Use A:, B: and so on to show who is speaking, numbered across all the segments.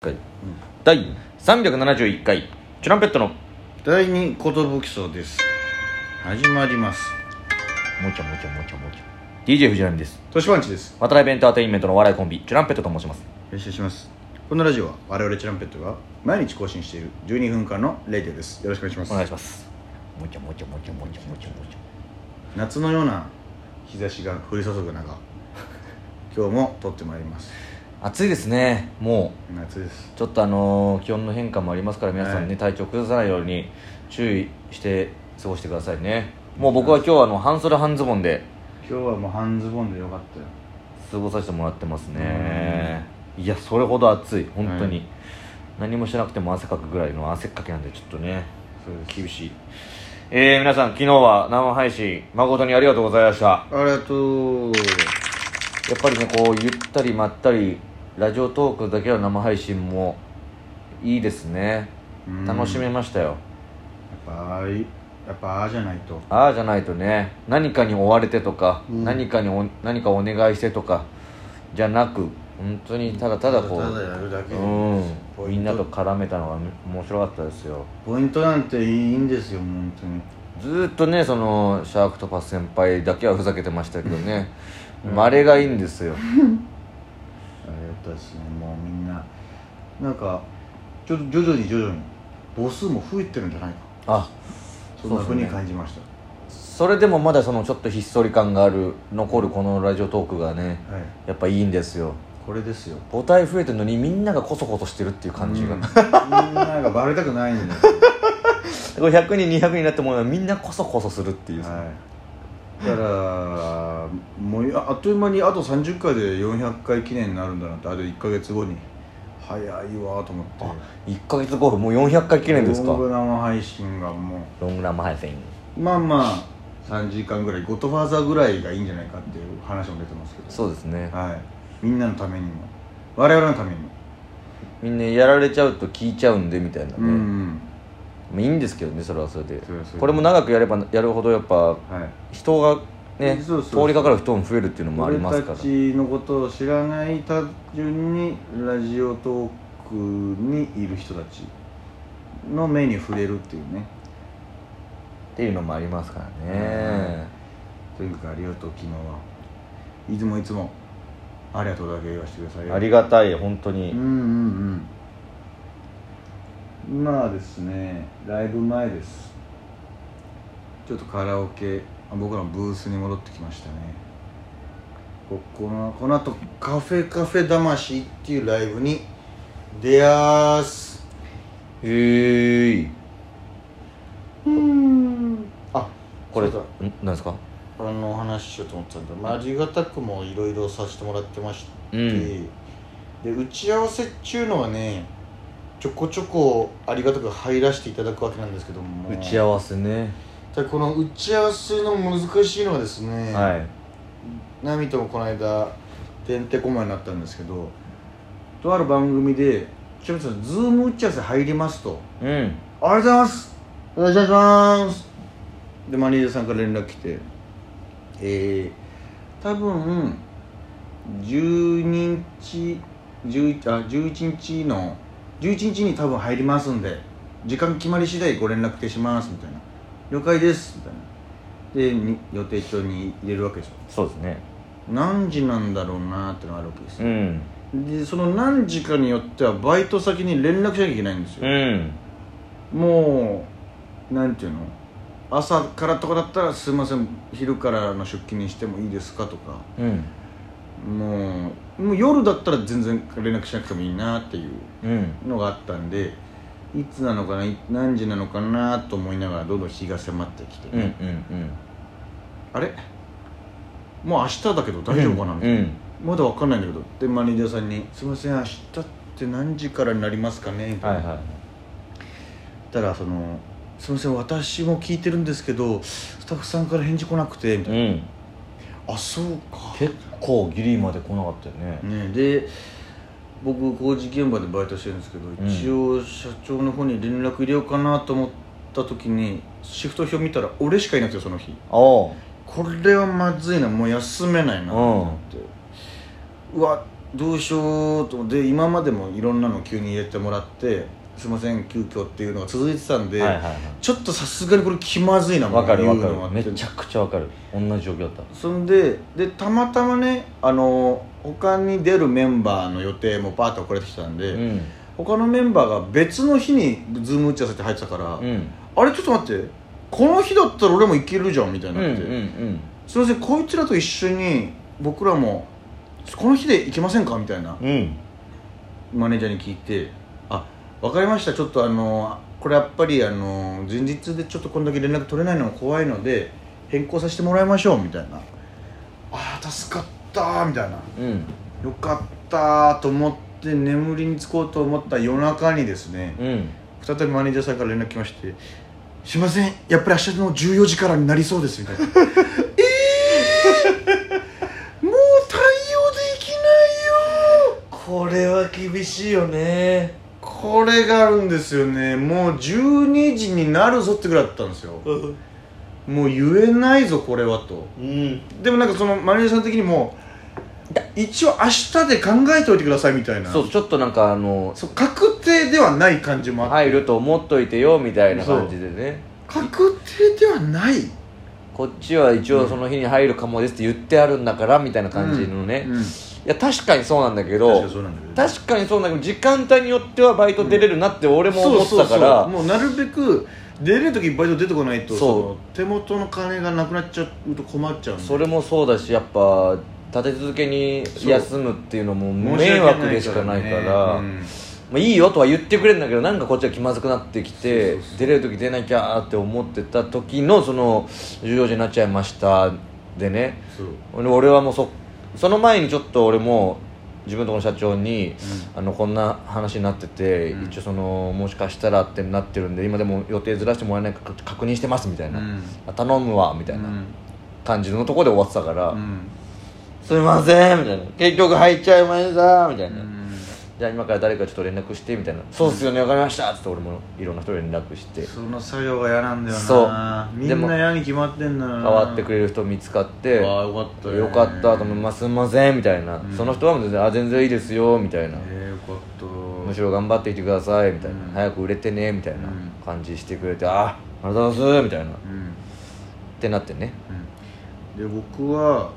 A: 回、第371回チュランペットのも
B: 第二寿荘です始まります
A: ちゃもちゃもちゃもちゃ DJ 藤波です
B: 年パンチです
A: 渡辺エンターテインメントのお笑いコンビチュランペットと申します
B: よろしくお願いしますこのラジオは我々チランペットが毎日更新している12分間のレディオですよろしくお願いします
A: お願いしますもちゃもちゃもちゃもちゃもちゃもち
B: 夏のような日差しが降り注ぐ中 今日も撮ってまいります
A: ゃ暑いですねも
B: 夏です
A: うちょっとあのー気温の変化もありますから皆さんね、
B: はい
A: 体調崩さないように注意して過ごしてくださいねもう僕は今日はあの半袖半ズボンで
B: 今日はもう半ズボンでよかったよ
A: 過ごさせてもらってますねいやそれほど暑い本当に、
B: は
A: 何もしなくても汗かくぐらいの汗っかきなんでちょっとね
B: そうです
A: 厳しいえー、皆さん昨日は生配信誠にありがとうございましたや
B: ありがとう
A: っぱりねこうゆったりまったりラジオトークだけの生配信もいいですね
B: うん
A: 楽しめましたよ
B: やっぱああいやっぱああじゃないと
A: ああじゃないとね何かに追われてとか、
B: うん
A: 何かにお何かお願いしてとかじゃなく本当にただただこう
B: ただやるだけで
A: う
B: ポイン
A: ん
B: ト
A: みんなと絡めたのが面白かったですよ
B: ポイントなんていいんですよ本当に
A: ずーっとねそのシャークトパス先輩だけはふざけてましたけどね、あれがいいんですよ
B: あれだったですねもうみんななんかちょ徐々に徐々に母数も増えてるんじゃないか
A: あ
B: そんな
A: そ
B: ふ
A: う
B: う
A: ですね
B: に感じました、
A: それでもまだそのちょっとひっそり感がある残るこのラジオトークがね
B: はい
A: やっぱいいんですよ
B: これですよ
A: 母体増えてるのにみんながコソコソしてるっていう感じが、
B: うん
A: こ
B: みんながバレたくない んだよ、
A: れ100人200人になってもみんなコソコソするっていうさ、
B: はい、だからもうああっという間にあと30回で400回記念になるんだなってあと1か月後に早いわと思って
A: あ1ヶ月後もう400回記念ですか
B: ロング生配信がも
A: ロングラム配信
B: うまあまあ3時間ぐらいゴッドファーザーぐらいがいいんじゃないかっていう話も出てますけど
A: そうですね
B: はい、みんなのためにも我々のためにも、
A: みんなやられちゃうと聞いちゃうんでみたいなね、
B: うん
A: まあいいんですけどねそれはそれで
B: それはそれで
A: これも長くやればやるほどやっぱ
B: はい
A: 人がね
B: そうそうそう
A: 通りかかる人も増えるっていうのもあり
B: 俺
A: ますか
B: た
A: ら
B: ちのことを知らない単純にラジオトークにいる人たちの目に触れるっていうね
A: っていうのもありますからね
B: というかありがとう昨日はいつもいつもありがとうだけ言わせてくださいよ
A: ありがたい本当
B: うん
A: に
B: うんうん今はですねライブ前ですちょっとカラオケあ僕らのブースに戻ってきましたねここのこの後カフェカフェ魂っていうライブに出やーす
A: へえ
B: うんあ
A: これ
B: そうだ
A: 何ですか
B: これのお話ししようと思ってたんだ、まあ、ありがたくもいろいろさせてもらってまして、
A: うん
B: で打ち合わせっちゅうのはねちょこちょこありがたく入らせていただくわけなんですけども
A: 打ち合わせね
B: ただこの打ち合わせの難しいのはですね、
A: はい
B: ナミともこの間てんてこまになったんですけどとある番組で「ちょっとズーム打ち合わせ入ります」と
A: うん
B: 「ありがとうございますお願いします」でマネージャーさんから連絡来てえー、多分12日11あ11日の11日に多分入りますんで時間決まり次第ご連絡いたしますみたいな「了解です」みたいなでに予定帳に入れるわけですよ
A: そうですね
B: 何時なんだろうなってのがあるわけです
A: う
B: よ、
A: ん
B: でその何時かによってはバイト先に連絡しなきゃいけないんですよ、
A: うん
B: もうなんていうの朝からとかだったら「すいません昼からの出勤にしてもいいですか?」とか
A: うん
B: もうもう夜だったら全然連絡しなくてもいいなっていう
A: うん
B: のがあったんでいつなのかない何時なのかなと思いながらどんどん日が迫ってきて、
A: うんうんうん
B: あれもう明日だけど大丈夫かなみたいな、
A: うん
B: まだわかんないんだけどでマネージャーさんに「すいません明日って何時からになりますかね?」みた
A: は
B: いない
A: は
B: 言ったらその「すいません私も聞いてるんですけどスタッフさんから返事来なくて」みた
A: い
B: い
A: うん
B: な「あそうか」
A: 結構ギリまで来なかったよね
B: ね、で僕工事現場でバイトしてるんですけど、
A: ん
B: 一応社長の方に連絡入れようかなと思った時にシフト表見たら俺しかいなくてその日
A: ああ
B: これはまずいなもう休めないなと思ってうわどうしようと思ってで今までもいろんなの急に入れてもらってすいません急遽っていうのが続いてたんで、
A: はいはいは
B: ちょっとさすがにこれ気まずいない
A: わかるわ
B: 言うのがあ
A: か
B: っ
A: る
B: て
A: めちゃくちゃわかる同じ状況だった
B: そんででたまたまねあの他に出るメンバーの予定もバーッとこれてきたんで、
A: うん
B: 他のメンバーが別の日にズーム打ち合わせって入ってたから、
A: うん
B: あれちょっと待ってこの日だったら俺も行けるじゃんみたい
A: うん
B: に
A: うん
B: なって、
A: うん
B: すいませんこいつらと一緒に僕らもこの日で行けませんかみたいな
A: うん
B: マネージャーに聞いて「あわかりましたちょっとあのこれやっぱりあの前日でちょっとこんだけ連絡取れないのが怖いので変更させてもらいましょう」みたいな「あー助かった」みたいな
A: うん
B: 「よかった」と思って眠りにつこうと思った夜中にですね
A: うん
B: 再びマネージャーさんから連絡来まして「すいませんやっぱり明日の14時からになりそうです」みたいな「ええー、もう対応できないよ」
A: これは厳しいよね
B: これがあるんですよねもう12時になるぞってぐらいだったんですよ
A: うん
B: もう言えないぞこれはと
A: うん
B: でもなんかそのマネージャーさん的にも一応明日で考えておいてくださいみたいな
A: そうちょっとなんかあの
B: そう確定ではない感じもあって
A: 入ると思っといてよみたいな感じでね
B: 確定ではない
A: こっちは一応その日に入るかもですって言ってあるんだからみたいな感じのね、
B: うん
A: い
B: うん
A: や確かにそうなんだけ
B: 確か
A: ど
B: にそうなんだけど
A: 確かにそうなんだけど時間帯によってはバイト出れるなって俺も思ってたか
B: そうそうそう
A: ら
B: もうなるべく出れる時バイト出てこないと
A: そう
B: その手元の金がなくなっちゃうと困っちゃうんで
A: それもそうだしやっぱ立て続けに休むっていうのも迷惑でしかないから
B: うん
A: まあ、いいよとは言ってくれるんだけどなんかこっちは気まずくなってきて
B: そうそうそう
A: 出れる時出なきゃーって思ってた時のその14時になっちゃいましたでね
B: そう
A: 俺俺はもうそその前にちょっと俺も自分のとこの社長に、あのこんな話になってて、
B: うん
A: 一応そのもしかしたらってなってるんで今でも予定ずらしてもらえないか確認してますみたいな、
B: うん
A: あ頼むわみたいな感じのとこで終わってたから「
B: うん
A: すいません」みたいな「結局入っちゃいました」みたいな、
B: うん
A: じゃあ今から誰かちょっと連絡してみたいな「そうっすよね分かりました」っつって俺もいろんな人連絡して
B: その作業が嫌なんだよな
A: そう
B: み
A: で
B: ん
A: も
B: な嫌に決まってんだよな
A: 変わってくれる人見つかって
B: ああよかったね
A: よかったと思いますすいませんみたいな、
B: うん
A: その人はもう全然あ全然いいですよみたいな、
B: ええよかった
A: むしろ頑張っていてくださいみたいな、
B: うん
A: 早く売れてねみたいな
B: うん
A: 感じしてくれて、ああありがとうございますみたいなっ
B: うん、
A: てなってね
B: うん、で僕は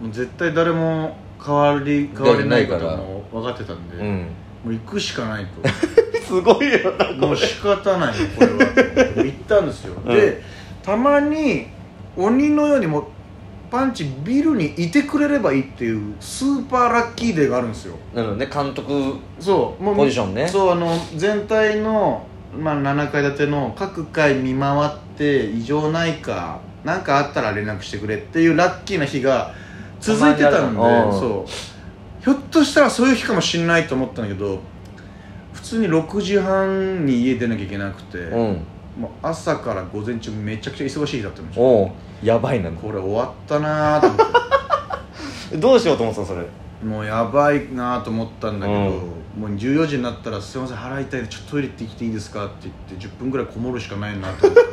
B: もう絶対誰も変わり変われないことも分かってたんで
A: うん
B: もう行くしかないと
A: すごいよな
B: もう仕方ないよこれはもう行ったんですよ、でたまに鬼のようにもうパンチビルにいてくれればいいっていうスーパーラッキーデーがあるんですよ
A: なので監督
B: そうもう
A: ポジションね
B: そうあの全体の、まあ、7階建ての各階見回って異常ないか何かあったら連絡してくれっていうラッキーな日が続いてたんで
A: たまにあるの
B: そうひょっとしたらそういう日かもしんないと思ったんだけど普通に6時半に家出なきゃいけなくて、
A: うん
B: もう朝から午前中めちゃくちゃ忙しい日だったんですよ
A: おうやばいな
B: これ終わったなーと思って
A: どうしようと思ってたそれ
B: もうやばいなと思ったんだけど、
A: うん
B: もう14時になったら「すいません腹痛いんでちょっとトイレ行ってきていいですか?」って言って10分ぐらいこもるしかないなと思って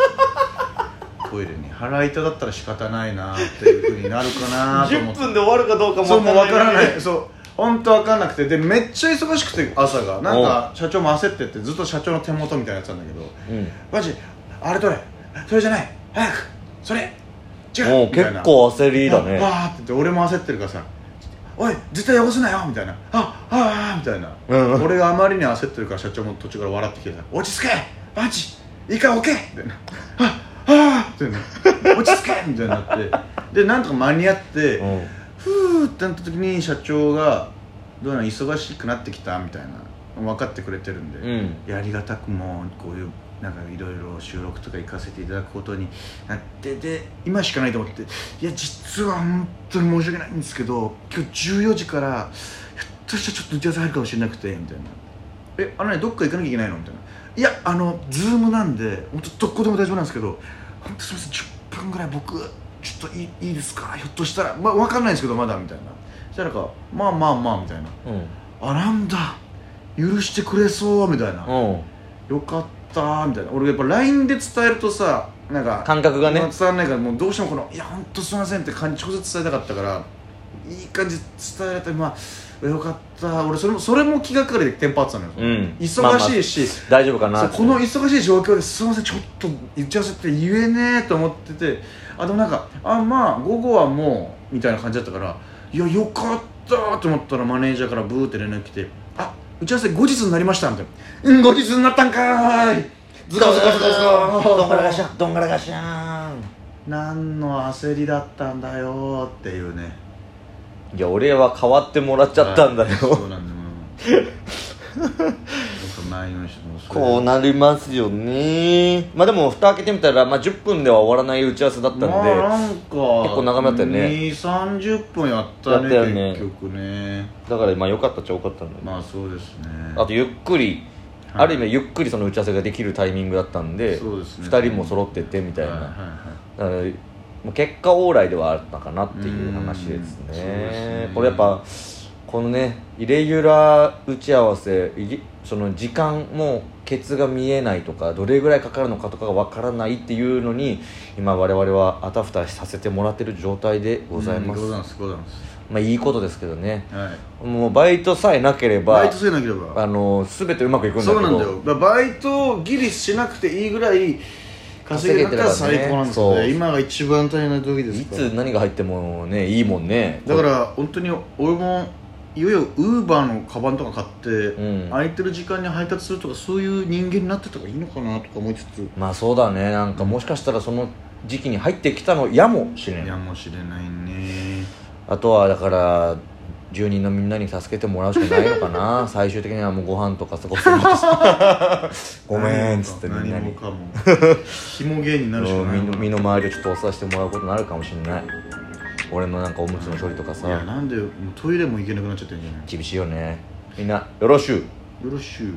B: トイレに腹痛だったら仕方ないなっていうふうになるかなと思
A: 10
B: っ て
A: 分で終わるかどうかも
B: そうもう分から
A: い
B: ないそう本当分かんなくてでめっちゃ忙しくて朝がなんか社長も焦っててずっと社長の手元みたいなやつなんだけど
A: うん
B: マジあれどれそれじゃない早くそれ違う
A: もう
B: みたい
A: 結
B: な
A: 構焦りだね
B: ああーって言って俺も焦ってるからさ「おい絶対汚すなよ」みたいな「あああ」みたいな、
A: うん
B: 俺があまりに焦ってるから社長も途中から笑ってきてさ「落ち着けパンチいいか置け!」みたいな「ああ」みたい な「落ち着け!」みたいになってでなんとか間に合って、
A: うん
B: ふーってなった時に社長が「どうなの忙しくなってきた?」みたいな分かってくれてるんで、
A: うん
B: いやありがたくもこういうなんかいろいろ収録とか行かせていただくことになってで今しかないと思っていや実は本当に申し訳ないんですけど今日14時からひょっとしたらちょっと打ち合わせ入るかもしれなくてみたいな「えあのねどっか行かなきゃいけないの?」みたいな「いやあのズームなんで本当どこでも大丈夫なんですけど本当すみません10分ぐらい僕ちょっといいいいですかひょっとしたら、まあ、分かんないんですけどまだ」みたいなそしたらなんか「まあまあまあ」みたいな
A: うん
B: 「あなんだ許してくれそう」みたいな。
A: うん
B: よかったーみたいな俺やっぱ LINE で伝えるとさなんか
A: 感覚がね
B: 伝わんないからもうどうしてもこの「いやほんとすいません」って感じ直接伝えたかったからいい感じ伝えられてまあよかった俺それもそれも気がかりでテンパってたのよ、
A: うん
B: 忙しいし、
A: 大丈夫かな
B: そう
A: って
B: この忙しい状況ですいませんちょっと打ち合わせって言えねえと思っててあでもなんかあまあ午後はもうみたいな感じだったからいやよかったと思ったらマネージャーからブーって連絡来て「あ打ち合わせ後日になりました」みたいな「うん後日になったんかーい!」ズカズカズカズカ
A: どんがらがしゃんどんがらがしゃん
B: 何の焦りだったんだよーっていうね
A: いや俺は変わってもらっちゃったんだよ、
B: そうなんだよ 僕前の人もそれ
A: こうなりますよねまあでも蓋開けてみたら、まあ、10分では終わらない打ち合わせだったんで、
B: まあなんか結
A: 構長めだったよね
B: 2 3 0分やったね
A: やったよね
B: 結局ね
A: だからまあ良かったっちゃ良かったんだよ、
B: まあそうですね
A: あとゆっくり、
B: はい
A: ある意味ゆっくりその打ち合わせができるタイミングだったんで
B: そうですね
A: 2人も揃っててみたいな、
B: はいはい
A: だからもう結果往来ではあったかなっていう話です
B: う
A: ね
B: んそうですね
A: これやっぱこのねイレギュラー打ち合わせいぎその時間もケツが見えないとかどれぐらいかかるのかとかがわからないっていうのに今我々はあたふたさせてもらってる状態でございます、
B: うんご
A: ま
B: ざいますございます
A: あいいことですけどね
B: はい
A: もうバイトさえなければ
B: バイトせなければ
A: あの全てうまくいくんだけど
B: そうなんだよだからバイトをギリしなくていいぐらい稼げたら最高なんですよ
A: 稼げてればねそ
B: ね
A: う
B: 今が一番大変な時で
A: い
B: すから
A: つ何が入ってもねいいもんね
B: だから本当に俺もいよいよウーバーのカバンとか買って、
A: うん
B: 空いてる時間に配達するとかそういう人間になってた方がいいのかなとか思いつつ
A: まあそうだねなんかもしかしたらその時期に入ってきたのやもしれ
B: いや
A: ん
B: もしれないね
A: あとはだから住人のみんなに助けてもらうしかないのか な最終的にはもうご飯とかそこそこごめんっつってみんな
B: 何も
A: に
B: かもひも芸になるし かない
A: うん身の身の回りをちょっとおさせてもらうことになるかもしれない俺のなんかおむつの処理とか
B: いや
A: さ
B: なんでもうトイレも行けなくなっちゃってるんじゃない
A: 厳しいよねみんなよろしゅう
B: よろしゅう